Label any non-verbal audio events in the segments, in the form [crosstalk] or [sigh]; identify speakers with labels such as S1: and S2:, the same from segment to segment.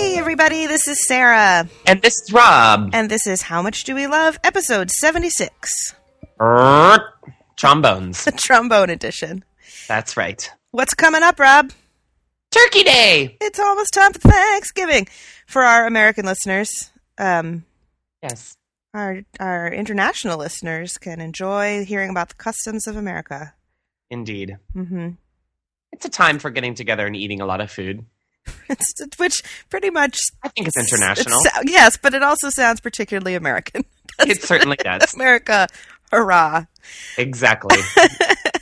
S1: everybody. This is Sarah.
S2: And this is Rob.
S1: And this is How Much Do We Love, episode 76,
S2: Err, Trombones.
S1: the trombone edition.
S2: That's right.
S1: What's coming up, Rob?
S2: Turkey Day.
S1: It's almost time for Thanksgiving. For our American listeners, um,
S2: Yes.
S1: our, our international listeners can enjoy hearing about the customs of America.
S2: Indeed.
S1: [laughs] hmm
S2: It's a time for getting together and eating a lot of food.
S1: Which pretty much.
S2: I think it's international.
S1: it sou- yes, but it also sounds particularly American. [laughs]
S2: It certainly does.
S1: America, hurrah.
S2: Exactly. Put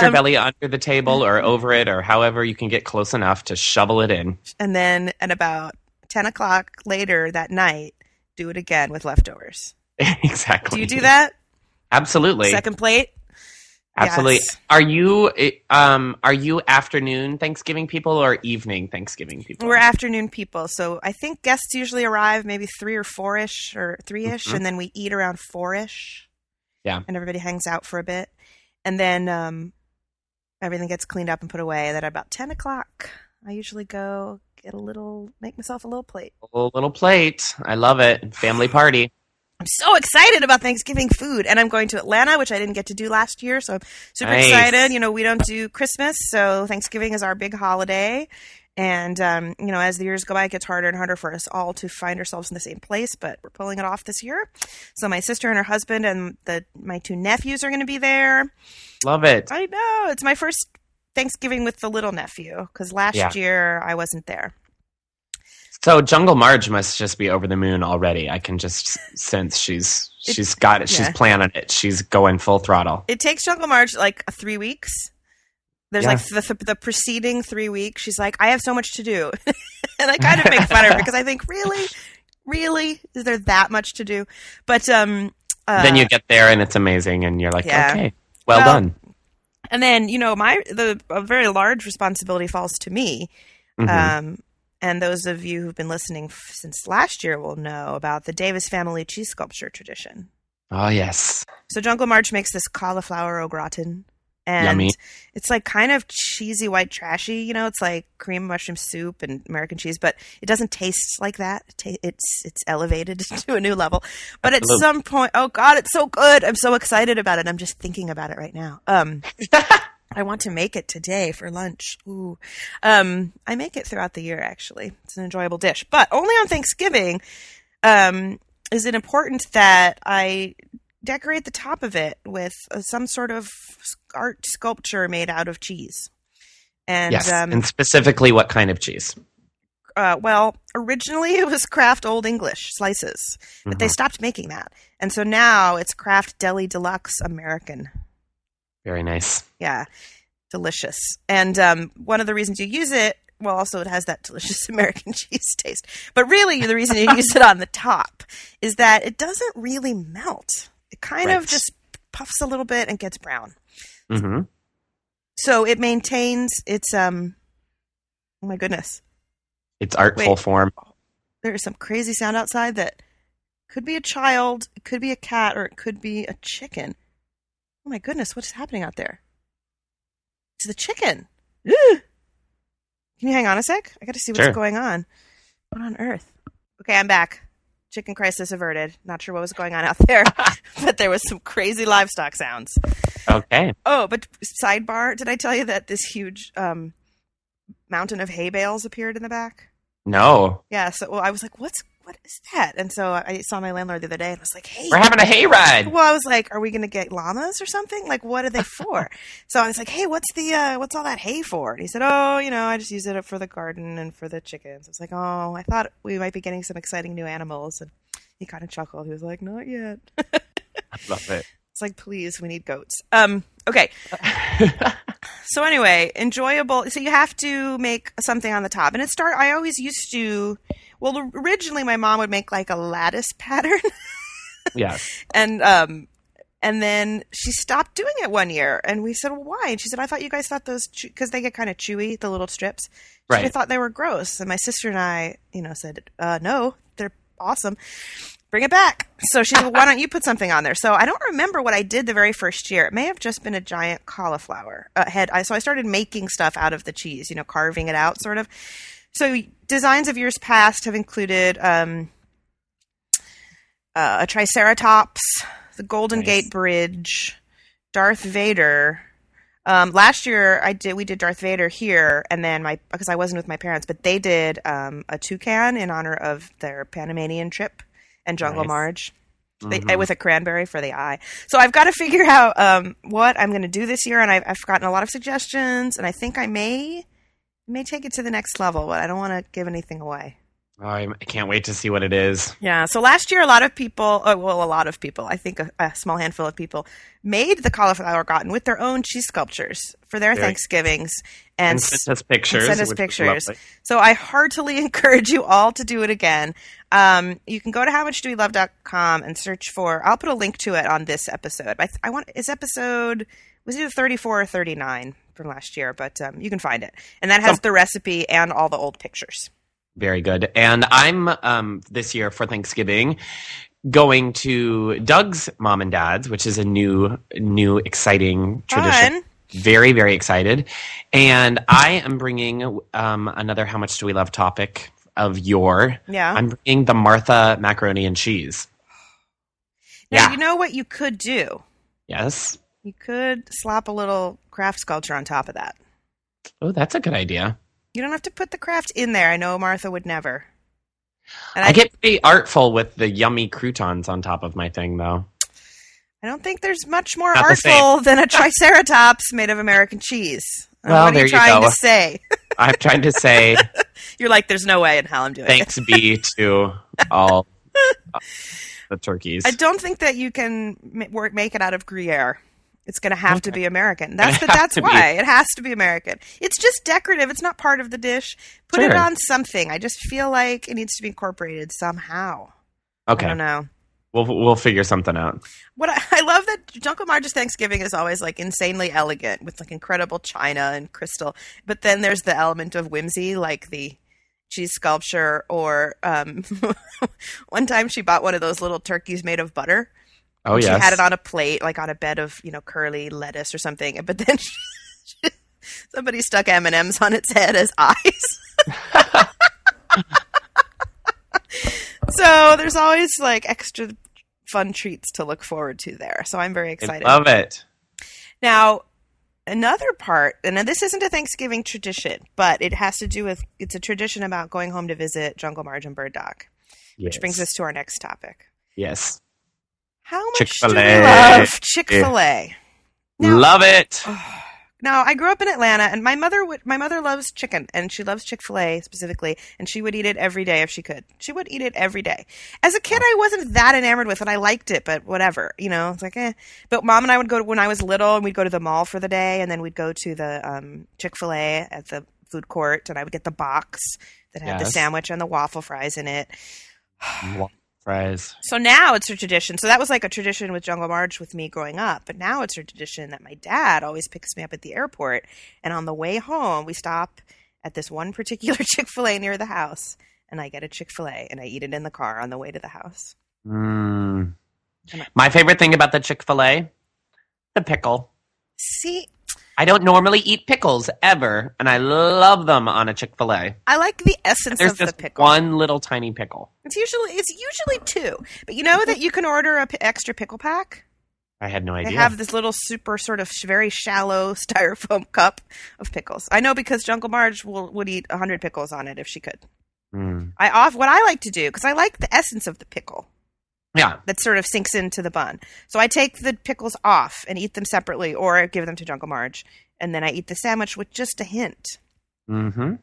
S2: your
S1: Um,
S2: belly under the table or over it or however you can get close enough to shovel it in. [laughs]
S1: and then at about 10 o'clock later that night do it again with leftovers
S2: exactly.
S1: do you do that
S2: Absolutely.
S1: second plate
S2: Absolutely.
S1: Yes.
S2: Are you eh, um are you afternoon Thanksgiving people or evening Thanksgiving people?
S1: we're afternoon people so i think guests usually arrive maybe three or four-ish or 3
S2: Mhm.
S1: and then we eat around four-ish
S2: Yeah.
S1: and everybody hangs out for a bit and then um, everything gets cleaned up and put away and then at about 10 o'clock i usually go get a little make myself a little plate
S2: A little plate. I love it. Family party.
S1: I'm so excited about Thanksgiving food, and I'm going to Atlanta, which I didn't get to do last year, so I'm super
S2: Nice.
S1: excited. You know, we don't do Christmas, so Thanksgiving is our big holiday. And um, you know, as the years go by, it gets harder and harder for us all to find ourselves in the same place, but we're pulling it off this year. So my sister and her husband and the my two nephews are going to be there.
S2: Love it.
S1: I know it's my first Thanksgiving with the little nephew because last
S2: Yeah.
S1: year I wasn't there.
S2: So Jungle Marge must just be over the moon already. I can just sense she's
S1: It-
S2: she's got it. She's
S1: yeah.
S2: planning it. She's going full throttle.
S1: it takes Jungle March like three weeks. There's
S2: Yeah.
S1: like the, the the preceding three weeks. She's like, I have so much to do, [laughs] and I kind of make fun of her because I think, really, really, is there that much to do? But um, uh,
S2: then you get there and it's amazing, and you're like,
S1: yeah.
S2: okay, well,
S1: Well, uh,
S2: done.
S1: and then you know my the a very large responsibility falls to me.
S2: Mhm.
S1: Um, and those of you who've been listening f- since last year will know about the Davis family cheese sculpture tradition.
S2: oh yes,
S1: So Jungle March makes this cauliflower au gratin, and
S2: Yummy.
S1: it's like kind of cheesy white trashy. You know, it's like cream mushroom soup and American cheese, but it doesn't taste like that. It ta- It's it's elevated [laughs] to a new level. But
S2: Absolutely.
S1: at some point, oh god, it's so good! I'm so excited about it. I'm just thinking about it right now.
S2: [laughs]
S1: Um. I want to make it today for lunch. Ooh. Um, I make it throughout the year, actually. It's an enjoyable dish, but only on Thanksgiving um, is it important that I decorate the top of it with uh, some sort of art sculpture made out of cheese. And,
S2: yes,
S1: um,
S2: and specifically what kind of cheese?
S1: uh, well, originally [laughs] it was Kraft Old English slices, but they
S2: Mhm.
S1: stopped making that. And so now it's Kraft Deli Deluxe American.
S2: Very nice.
S1: Yeah, delicious. And um, one of the reasons you use it, well, also it has that delicious [laughs] American cheese taste. But really, the reason you use it on the top is that it doesn't really melt. It kind of
S2: Right.
S1: just puffs a little bit and gets brown.
S2: hmm
S1: So it maintains its um. Oh my goodness,
S2: It's artful
S1: Wait.
S2: form.
S1: there is some crazy sound outside that could be a child, it could be a cat, or it could be a chicken. Oh my goodness, what is happening out there? It's the chicken. Ugh. Can you hang on a sec? I got to see what's
S2: Sure.
S1: going on. What on earth? Okay, I'm back. Chicken crisis averted. Not sure what was going on out there, [laughs] but there was some crazy livestock sounds.
S2: Okay.
S1: Oh, but sidebar, did I tell you that this huge um, mountain of hay bales appeared in the back?
S2: No,
S1: Yeah, so well, I was like, "What's what is that?" And so I saw my landlord the other day and was like, "Hey."
S2: we're having a hayride.
S1: Well, I was like, "Are we going to get llamas or something? Like, what are they for?" so I was like, "Hey, what's the uh, what's all that hay for?" And he said, "Oh, you know, I just use it for the garden and for the chickens." I was like, "Oh, I thought we might be getting some exciting new animals." And he kind of chuckled. He was like, "Not yet."
S2: I love it.
S1: It's like, "Please, we need goats." Um, okay. So anyway, enjoyable. So you have to make something on the top, and it start. I always used to. Well, originally my mom would make like a lattice pattern,
S2: yes.
S1: and um, and then she stopped doing it one year, and we said, well, "Why?" And she said, "I thought you guys thought those because they get kind of chewy, the little strips. She said, I
S2: Right.
S1: thought they were gross." And my sister and I, you know, said, uh, "No, they're awesome." Bring it back. So she said, well, "Why don't you put something on there?" So I don't remember what I did the very first year. It may have just been a giant cauliflower uh, head. I, so I started making stuff out of the cheese, you know, carving it out, sort of. so designs of years past have included um, uh, a Triceratops, the Golden
S2: Nice.
S1: Gate Bridge, Darth Vader. Um, last year, I did we did Darth Vader here, and then my because I wasn't with my parents, but they did um, a toucan in honor of their Panamanian trip and Jungle
S2: Nice.
S1: March they,
S2: Mhm.
S1: with a cranberry for the eye. So I've got to figure out um, what I'm going to do this year, and I've, I've gotten a lot of suggestions, and I think I may may take it to the next level, but I don't want to give anything away.
S2: Oh, I I can't wait to see what it is.
S1: Yeah. So last year, a lot of people, oh, well, a lot of people, I think a, a small handful of people made the cauliflower garden with their own cheese sculptures for their
S2: Very-
S1: Thanksgivings, and,
S2: And send us pictures.
S1: send us
S2: which was
S1: pictures.
S2: lovely.
S1: So I heartily [laughs] encourage you all to do it again. Um, you can go to howmuchdoelove.com and search for. I'll put a link to it on this episode. I, I want is episode was it either 34 or 39 from last year, but um, you can find it, and that has the recipe and all the old pictures.
S2: Very good. And I'm um, this year for Thanksgiving going to Doug's mom and dad's, which is a new, new exciting tradition.
S1: Fun.
S2: Very, very excited. And I am bringing um, another How Much Do We Love topic of your.
S1: Yeah.
S2: I'm bringing the Martha macaroni and cheese.
S1: now
S2: yeah.
S1: you know what you could do.
S2: Yes.
S1: You could slap a little craft sculpture on top of that.
S2: Oh, that's a good idea.
S1: You don't have to put the craft in there. I know Martha would never. And
S2: I get pretty artful with the yummy croutons on top of my thing, though.
S1: I don't think there's much more
S2: Not the same.
S1: artful than a triceratops made of American cheese. Uh,
S2: Well,
S1: what are
S2: there
S1: you
S2: you
S1: trying
S2: go.
S1: to say? [laughs]
S2: I'm trying to say
S1: You're like, there's no way in hell I'm doing it.
S2: thanks be to all the turkeys.
S1: I don't think that you can ma- work, make it out of Gruyere. It's going to have to be American. That's the,
S2: have
S1: that's
S2: to be.
S1: why it has to be American. It's just decorative. It's not part of the dish. Put it
S2: Sure.
S1: on something. I just feel like it needs to be incorporated somehow. I
S2: Okay,
S1: don't know.
S2: we'll we'll figure something out.
S1: What I, [laughs] I love that Uncle Marge's Thanksgiving is always like insanely elegant with like incredible china and crystal, but then there's the element of whimsy, like the cheese sculpture, or um, [laughs] one time she bought one of those little turkeys made of butter.
S2: Oh
S1: she
S2: yes,
S1: had it on a plate, like on a bed of you know curly lettuce or something, but then [laughs] she, somebody stuck M and M's on its head as eyes. [laughs] so there's always like extra fun treats to look forward to there. So I'm very
S2: I
S1: excited.
S2: love it.
S1: Now, another part, and now this isn't a Thanksgiving tradition, but it has to do with it's a tradition about going home to visit Jungle Marge and Bird Dog,
S2: Yes.
S1: which brings us to our next topic.
S2: yes,
S1: How much do we
S2: Chick-fil-A.
S1: love Chick Fil A? Now, Oh.
S2: love it.
S1: now, I grew up in Atlanta, and my mother would my mother loves chicken, and she loves Chick Fil A specifically, and she would eat it every day if she could. She would eat it every day. As a kid, I wasn't that enamored with it. I liked it, but whatever, you know, it's like eh. But mom and I would go to, when I was little, and we'd go to the mall for the day, and then we'd go to the um, Chick Fil A at the food court, and I would get the box that had the
S2: Yes.
S1: sandwich and the waffle fries in it.
S2: Fries.
S1: So now it's a tradition. So that was like a tradition with Jungle Marge with me growing up, but now it's a tradition that my dad always picks me up at the airport, and on the way home we stop at this one particular [laughs] Chick Fil A near the house, and I get a Chick Fil A and I eat it in the car on the way to the house.
S2: Mm. My favorite thing about the Chick Fil A, the pickle.
S1: See,
S2: I don't normally eat pickles ever, and I love them on a Chick Fil A.
S1: I like the essence
S2: There's
S1: of the
S2: just
S1: pickle.
S2: one little tiny pickle.
S1: It's usually it's usually two, but you
S2: Mm-hmm.
S1: know that you can order a p- extra pickle pack.
S2: I had no
S1: They
S2: idea.
S1: have this little super sort of sh- very shallow [laughs] styrofoam cup of pickles. I know because Jungle Marge will, would eat hundred pickles on it if she could.
S2: Mm.
S1: I off what I like to do because I like the essence of the pickle
S2: Yeah,
S1: that sort of sinks into the bun. So I take the pickles off and eat them separately, or give them to Jungle Marge, and then I eat the sandwich with just a hint.
S2: Mm-hmm.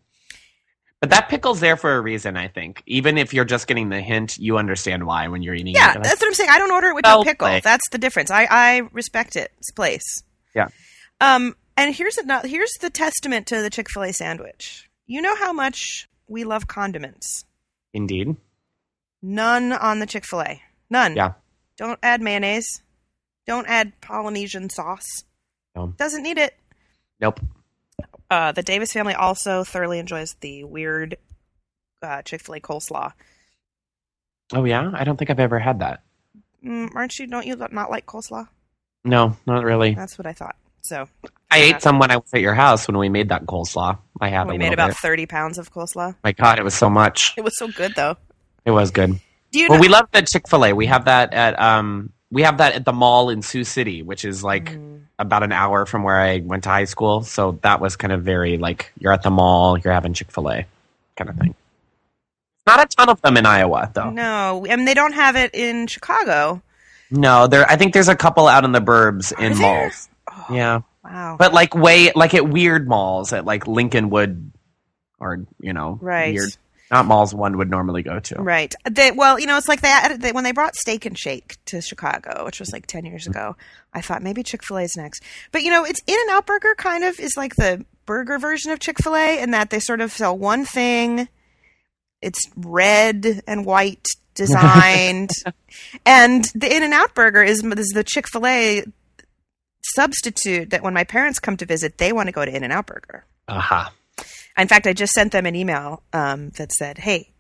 S2: But that pickle's there for a reason, I think. Even if you're just getting the hint, you understand why when you're eating
S1: Yeah,
S2: it.
S1: that's what I'm saying. I don't order it with
S2: Well
S1: no pickle.
S2: played.
S1: That's the difference. I I respect it. It's place.
S2: Yeah.
S1: Um, and here's another. Here's the testament to the Chick Fil A sandwich. You know how much we love condiments.
S2: Indeed.
S1: None on the Chick Fil A. None.
S2: Yeah.
S1: Don't add mayonnaise. Don't add Polynesian sauce.
S2: No.
S1: Doesn't need it.
S2: Nope.
S1: Uh, the Davis family also thoroughly enjoys the weird uh, Chick Fil A coleslaw.
S2: Oh yeah, I don't think I've ever had that.
S1: Mm, aren't you? Don't you not like coleslaw?
S2: No, not really.
S1: That's what I thought. So
S2: I ate some when I was at your house when we made that coleslaw. I had
S1: we
S2: a
S1: made
S2: little
S1: about
S2: bit.
S1: 30 pounds of coleslaw.
S2: My God, it was so much.
S1: It was so good though.
S2: It was good.
S1: Do you
S2: Well,
S1: know?
S2: we love the Chick Fil A. We have that at um, we have that at the mall in Sioux City, which is
S1: Mm-hmm.
S2: like about an hour from where I went to high school. So that was kind of very like you're at the mall, you're having Chick Fil A, kind of thing. Not a ton of them in Iowa, though. No,
S1: no, and they don't have it in Chicago.
S2: there. I think there's a couple out in the burbs in
S1: Are there?
S2: malls. Yeah,
S1: Wow.
S2: but like way like at weird malls at like Lincolnwood or you know
S1: Right.
S2: weird not malls one would normally go to.
S1: Right. They, well, you know, it's like they, added- they when they brought Steak and Shake to Chicago, which was like ten years ago. I thought maybe Chick Fil A is next, but you know, it's In and Out Burger kind of is like the burger version of Chick Fil A in that they sort of sell one thing. It's red and white designed, and the In and Out Burger is is the Chick Fil A substitute that when my parents come to visit, they want to go to In and Out Burger.
S2: Aha.
S1: [laughs] In fact, I just sent them an email um, that said, "Hey,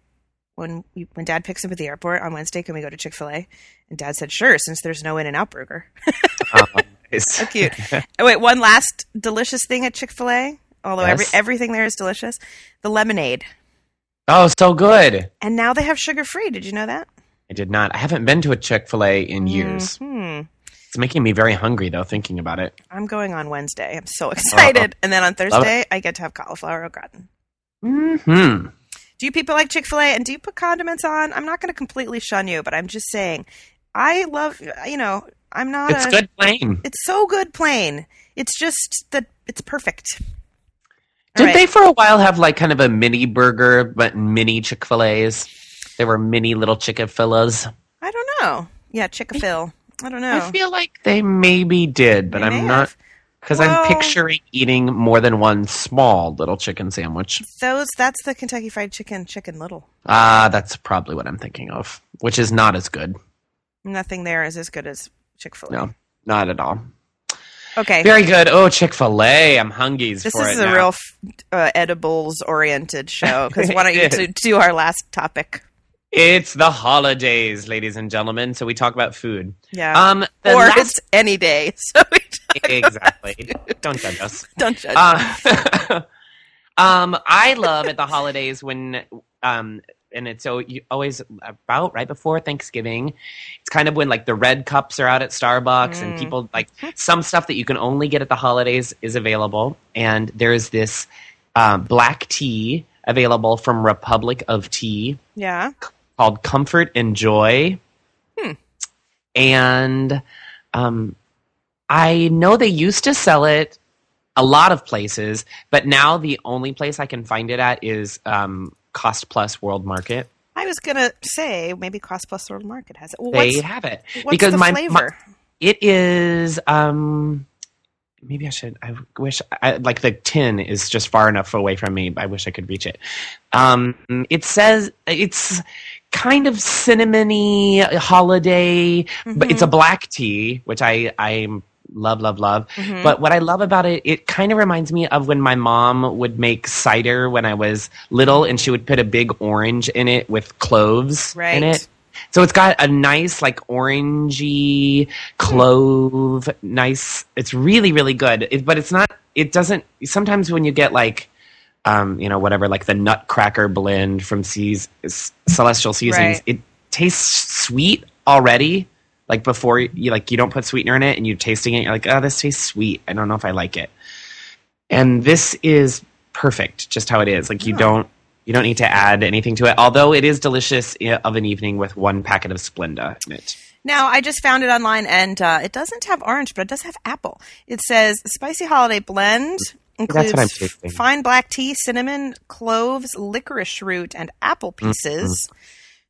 S1: when we, when Dad picks up at the airport on Wednesday, can we go to Chick Fil A?" And Dad said, "Sure," since there's no In and Out
S2: [laughs]
S1: Burger.
S2: Um, it's-
S1: Cute. oh, wait, one last delicious thing at Chick Fil A. Although every,
S2: Yes.
S1: everything there is delicious, the lemonade,
S2: oh, so good.
S1: and now they have sugar free. Did you know that?
S2: I did not. I haven't been to a Chick Fil A in years.
S1: Hmm.
S2: It's making me very hungry though. Thinking about it.
S1: I'm going on Wednesday. I'm
S2: [laughs]
S1: so excited. and then on Thursday, I get to have cauliflower au gratin. Mm.
S2: Hmm.
S1: Do you people like Chick fil A and do you put condiments on? I'm not going to completely shun you, but I'm just saying, I love, you know, I'm not.
S2: It's
S1: a,
S2: good plain.
S1: It's so good plain. It's just that it's perfect.
S2: Did
S1: All right.
S2: they for a while have like kind of a mini burger, but mini Chick Fil A's? There were mini little Chick Fil A's.
S1: I don't know. Yeah, Chick a fil. I don't know.
S2: I feel like they maybe did, but
S1: Oh. They may
S2: I'm not
S1: have.
S2: because
S1: Well-
S2: I'm picturing eating more than one small little chicken sandwich.
S1: Those. That's the Kentucky Fried Chicken, Chicken Little.
S2: Ah, that's probably what I'm thinking of, which is not as good.
S1: Nothing there is as good as Chick fil A.
S2: No, not at all.
S1: Okay.
S2: Very good. Oh, Chick Fil A. I'm hungies
S1: this
S2: for
S1: is
S2: it
S1: a
S2: now.
S1: real f- uh, edibles
S2: [laughs]
S1: oriented show because why don't you
S2: It
S1: do,
S2: is.
S1: do our last topic?
S2: It's the holidays, ladies and gentlemen. So we talk about food.
S1: Yeah.
S2: Um, the
S1: Oh. or [laughs]
S2: last-
S1: it's any day. So we
S2: exactly. Don't judge us.
S1: don't judge.
S2: Uh, [laughs] um, I love at the holidays when, um, and it's so you always about right before Thanksgiving. It's kind of when like the red cups are out at Starbucks and
S1: Mm.
S2: people like some stuff that you can only get at the holidays is available. And there is this um, black tea available from Republic of Tea
S1: yeah.
S2: called Comfort and Joy.
S1: Hmm.
S2: And um, I know they used to sell it a lot of places, but now the only place I can find it at is um, Cost Plus World Market.
S1: I was gonna say maybe Cost Plus World Market has it. Well,
S2: They
S1: what's,
S2: have it
S1: what's the flavor?
S2: it is um maybe i should i wish I, like the tin is just far enough away from me i wish i could reach it um it says it's kind of cinnamony holiday but it's a black tea which i i love love love
S1: Mhm.
S2: but what i love about it it kind of reminds me of when my mom would make cider when i was little and she would put a big orange in it with cloves
S1: Right.
S2: in it so it's got a nice, like orangey clove. Nice. It's really, really good. It, but it's not. It doesn't. Sometimes when you get like, um, you know, whatever, like the Nutcracker blend from Seas, S- Celestial Seasons,
S1: Right.
S2: it tastes sweet already. Like before, you like you don't put sweetener in it, and you're tasting it. You're like, oh, this tastes sweet. I don't know if I like it. And this is perfect, just how it is. Like you
S1: Oh.
S2: don't you don't need to add anything to it, although it is delicious i- of an evening with one packet of Splenda in it.
S1: Now, I just found it online, and uh, it doesn't have orange, but it does have apple. It says spicy holiday blend
S2: That's
S1: includes
S2: what I'm
S1: f-
S2: tasting.
S1: fine black tea, cinnamon, cloves, licorice root, and apple
S2: Mm-hmm.
S1: pieces.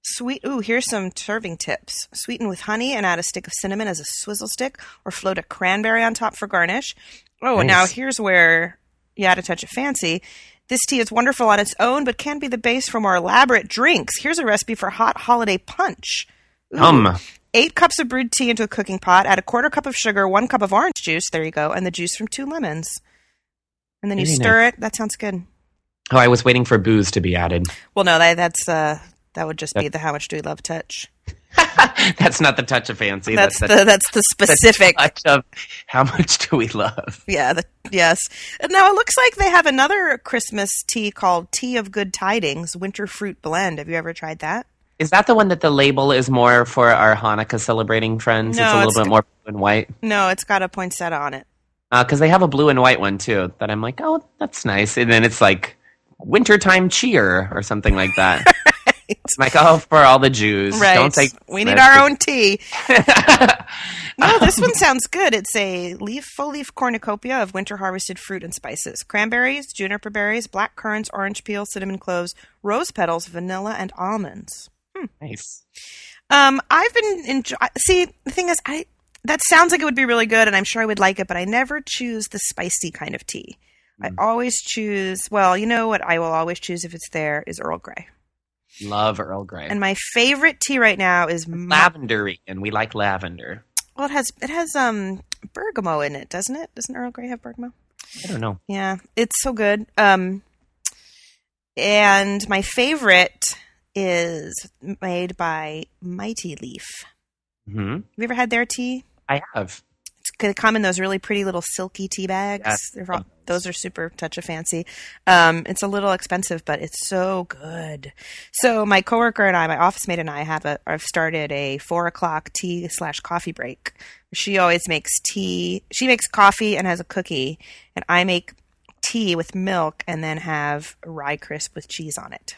S1: Sweet. Ooh, here's some serving tips. Sweeten with honey and add a stick of cinnamon as a swizzle stick, or float a cranberry on top for garnish. Oh,
S2: Nice.
S1: now here's where you add a touch of fancy. This tea is wonderful on its own, but can be the base for more elaborate drinks. Here's a recipe for hot holiday punch. Ooh.
S2: Um,
S1: Eight cups of brewed tea into a cooking pot. Add a quarter cup of sugar, one cup of orange juice. There you go, and the juice from two lemons. And then you
S2: Very
S1: stir it. That sounds good.
S2: oh, I was waiting for booze to be added. [laughs]
S1: Well, no, that that's uh, that would just be the how much do we love touch.
S2: that's not the touch of fancy.
S1: That's
S2: the,
S1: the that's the specific.
S2: touch of how much do we love?
S1: Yeah, the, yes. And now it looks like they have another Christmas tea called Tea of Good Tidings Winter Fruit Blend. Have you ever tried that?
S2: Is that the one that the label is more for our Hanukkah celebrating friends?
S1: No,
S2: it's a little
S1: it's-
S2: bit more blue and white
S1: No, it's got a poinsettia on it. [laughs]
S2: because they have a blue and white one too. That I'm like, oh, that's nice. And then it's like wintertime cheer or something like
S1: [laughs]
S2: that. It's like, oh, for all the Jews,
S1: Right.
S2: don't take.
S1: we need our own
S2: [laughs]
S1: tea. No, this one sounds good. It's a leaf full leaf cornucopia of winter harvested fruit and spices. Cranberries, juniper berries, black currants, orange peel, cinnamon cloves, rose petals, vanilla, and almonds.
S2: nice.
S1: Um, I've been enjoy. See, the thing is, I that sounds like it would be really good, and I'm sure I would like it, but I never choose the spicy kind of tea.
S2: Mm.
S1: I always choose. Well, you know what? I will always choose if it's there is Earl Grey,
S2: Love Earl Grey.
S1: and my favorite tea right now is Ma-
S2: lavendery, and we like lavender.
S1: well, it has it has um bergamot in it, doesn't it? Doesn't Earl Grey have bergamot?
S2: I don't know.
S1: Yeah, it's so good. Um, and my favorite is made by Mighty Leaf.
S2: hmm
S1: Have you ever had their tea?
S2: I have.
S1: it's gonna come in those really pretty little silky tea bags.
S2: Yes.
S1: They're all- those are super touch of fancy. Um, it's a little expensive, but it's so good. So my coworker and I, my office mate and I, have a have started a four o'clock tea slash coffee break. She always makes tea. She makes coffee and has a cookie, and I make tea with milk and then have a rye crisp with cheese on it.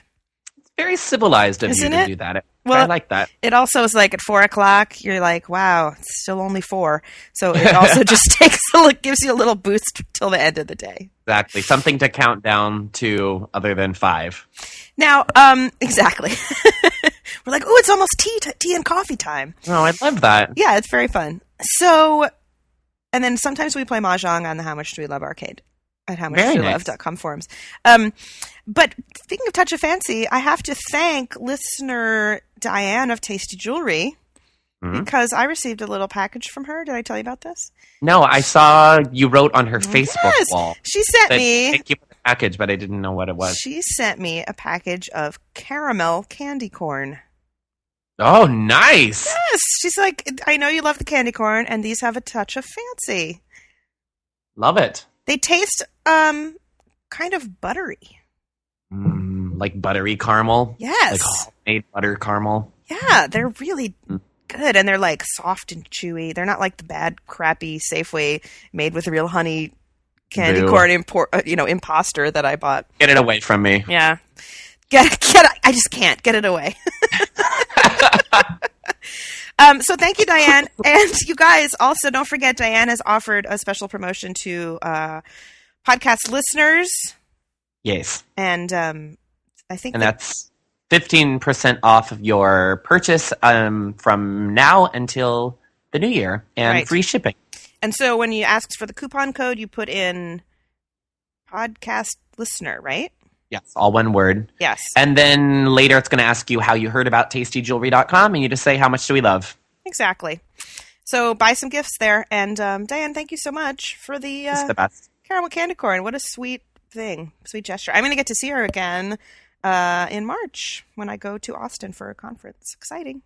S2: Very civilized of
S1: Isn't
S2: you to
S1: it?
S2: do that. I
S1: Well-
S2: like that.
S1: It also is like at four o'clock, you're like, wow, it's still only four. So it
S2: [laughs]
S1: also just takes a look, gives you a little boost till the end of the day.
S2: Exactly. Something to count down to other than five.
S1: Now, um, exactly. [laughs] We're like, oh, it's almost tea, t- tea and coffee time.
S2: Oh, I love that.
S1: Yeah, it's very fun. So, and then sometimes we play mahjong on the How Much Do We Love arcade at How Much
S2: Very
S1: Do We
S2: nice.
S1: Love.com forums. Um, but speaking of Touch of Fancy, I have to thank listener Diane of Tasty Jewelry
S2: Mhm.
S1: because I received a little package from her. Did I tell you about this?
S2: No, I saw you wrote on her Facebook
S1: Yes.
S2: wall.
S1: She sent
S2: that-
S1: me.
S2: Thank you for the package, but I didn't know what it was.
S1: She sent me a package of caramel candy corn.
S2: Oh, nice.
S1: Yes, she's like, I know you love the candy corn, and these have a touch of fancy.
S2: Love it.
S1: They taste um kind of buttery.
S2: Mm, like buttery caramel.
S1: Yes,
S2: Like oh. homemade butter caramel.
S1: yeah, they're really
S2: Mm.
S1: good, and they're like soft and chewy. They're not like the bad, crappy Safeway made with real honey candy
S2: Boo.
S1: corn import, uh, you know, imposter that I bought.
S2: Get it away from me.
S1: Yeah. Get get I just can't get it away. [laughs] um, so thank you, Diane, and you guys. Also, don't forget Diane has offered a special promotion to uh, podcast listeners,
S2: Yes.
S1: and um, I think
S2: and
S1: that-
S2: that's 15% off of your purchase um, from now until the new year and
S1: Right.
S2: free shipping.
S1: and so when you ask for the coupon code, you put in podcast listener, right?
S2: Yes, all one word.
S1: Yes,
S2: And then later it's going to ask you how you heard about tastyjewelry.com and you just say, How much do we love?
S1: exactly. So buy some gifts there, and um, Diane, thank you so much for the
S2: It's
S1: uh,
S2: the best.
S1: caramel candy corn. What a sweet thing, sweet gesture. I'm going to get to see her again uh, in March when I go to Austin for a conference. Exciting.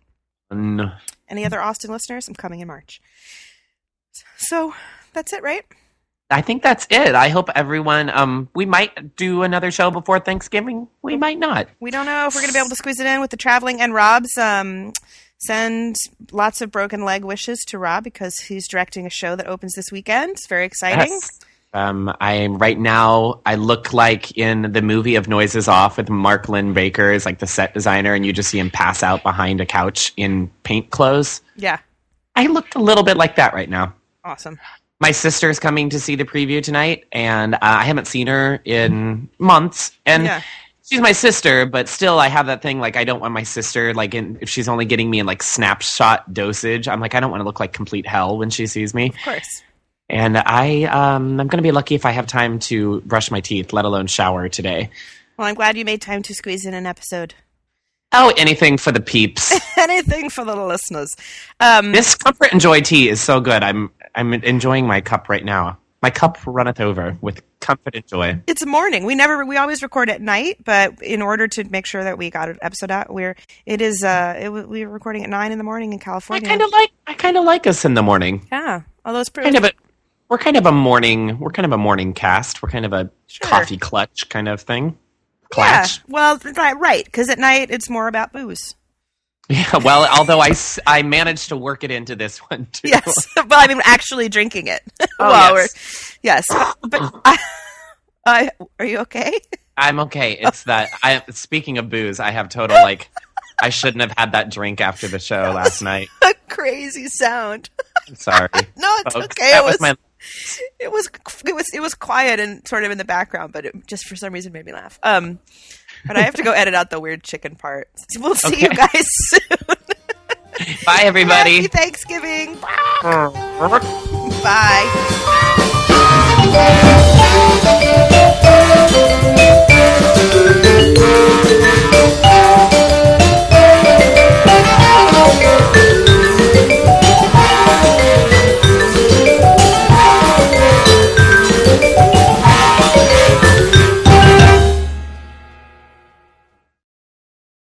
S2: Mm,
S1: Any other Austin listeners? I'm coming in March. So that's it, right?
S2: I think that's it. I hope everyone, um, we might do another show before Thanksgiving. We might not.
S1: We don't know if we're going to be able to squeeze it in with the traveling and Rob's. Um, send lots of broken leg wishes to Rob because he's directing a show that opens this weekend. It's very exciting.
S2: Yes. Um, I am right now. I look like in the movie of Noises Off with Mark Lynn Baker as like the set designer, and you just see him pass out behind a couch in paint clothes.
S1: Yeah,
S2: I looked a little bit like that right now.
S1: awesome.
S2: My sister's coming to see the preview tonight, and uh, I haven't seen her in months. And
S1: Yeah.
S2: she's my sister, but still, I have that thing like I don't want my sister like in, if she's only getting me in like snapshot dosage. I'm like I don't want to look like complete hell when she sees me.
S1: Of course.
S2: And I, um, I'm going to be lucky if I have time to brush my teeth, let alone shower today.
S1: Well, I'm glad you made time to squeeze in an episode. [laughs]
S2: Oh, anything for the peeps.
S1: Anything for the listeners. Um,
S2: this comfort and joy tea is so good. I'm, I'm enjoying my cup right now. My cup runneth over with comfort and joy.
S1: It's morning. We never we always record at night, but in order to make sure that we got an episode out, we're it is uh it, we were recording at nine in the morning in
S2: I
S1: California.
S2: kind of like I kind of like us in the morning.
S1: yeah. Although it's pretty
S2: Kind of a we're kind of a morning we're kind of a morning cast. We're kind of a
S1: Sure.
S2: coffee clutch kind of thing.
S1: yeah.
S2: Clutch.
S1: Well, th- right, right, because at night it's more about
S2: [laughs]
S1: booze.
S2: Yeah. well, although I s- I managed to work it into this one too.
S1: Yes, [laughs] but I mean actually drinking it. [laughs]
S2: Oh,
S1: While
S2: yes.
S1: we're- yes. But, but I, [laughs] I, are you okay? [laughs]
S2: I'm okay. It's that I speaking of booze, I have total like I shouldn't have had that drink after the show last night.
S1: A crazy sound.
S2: I'm sorry.
S1: No, it's
S2: folks.
S1: okay.
S2: Oh, That
S1: it was,
S2: was my
S1: it was it was it was quiet and sort of in the background, but it just for some reason made me laugh. Um, but I have to go edit out the weird chicken part. [laughs] We'll see you
S2: Okay.
S1: guys soon.
S2: Bye everybody.
S1: Happy Thanksgiving. Bye.
S3: Thank you.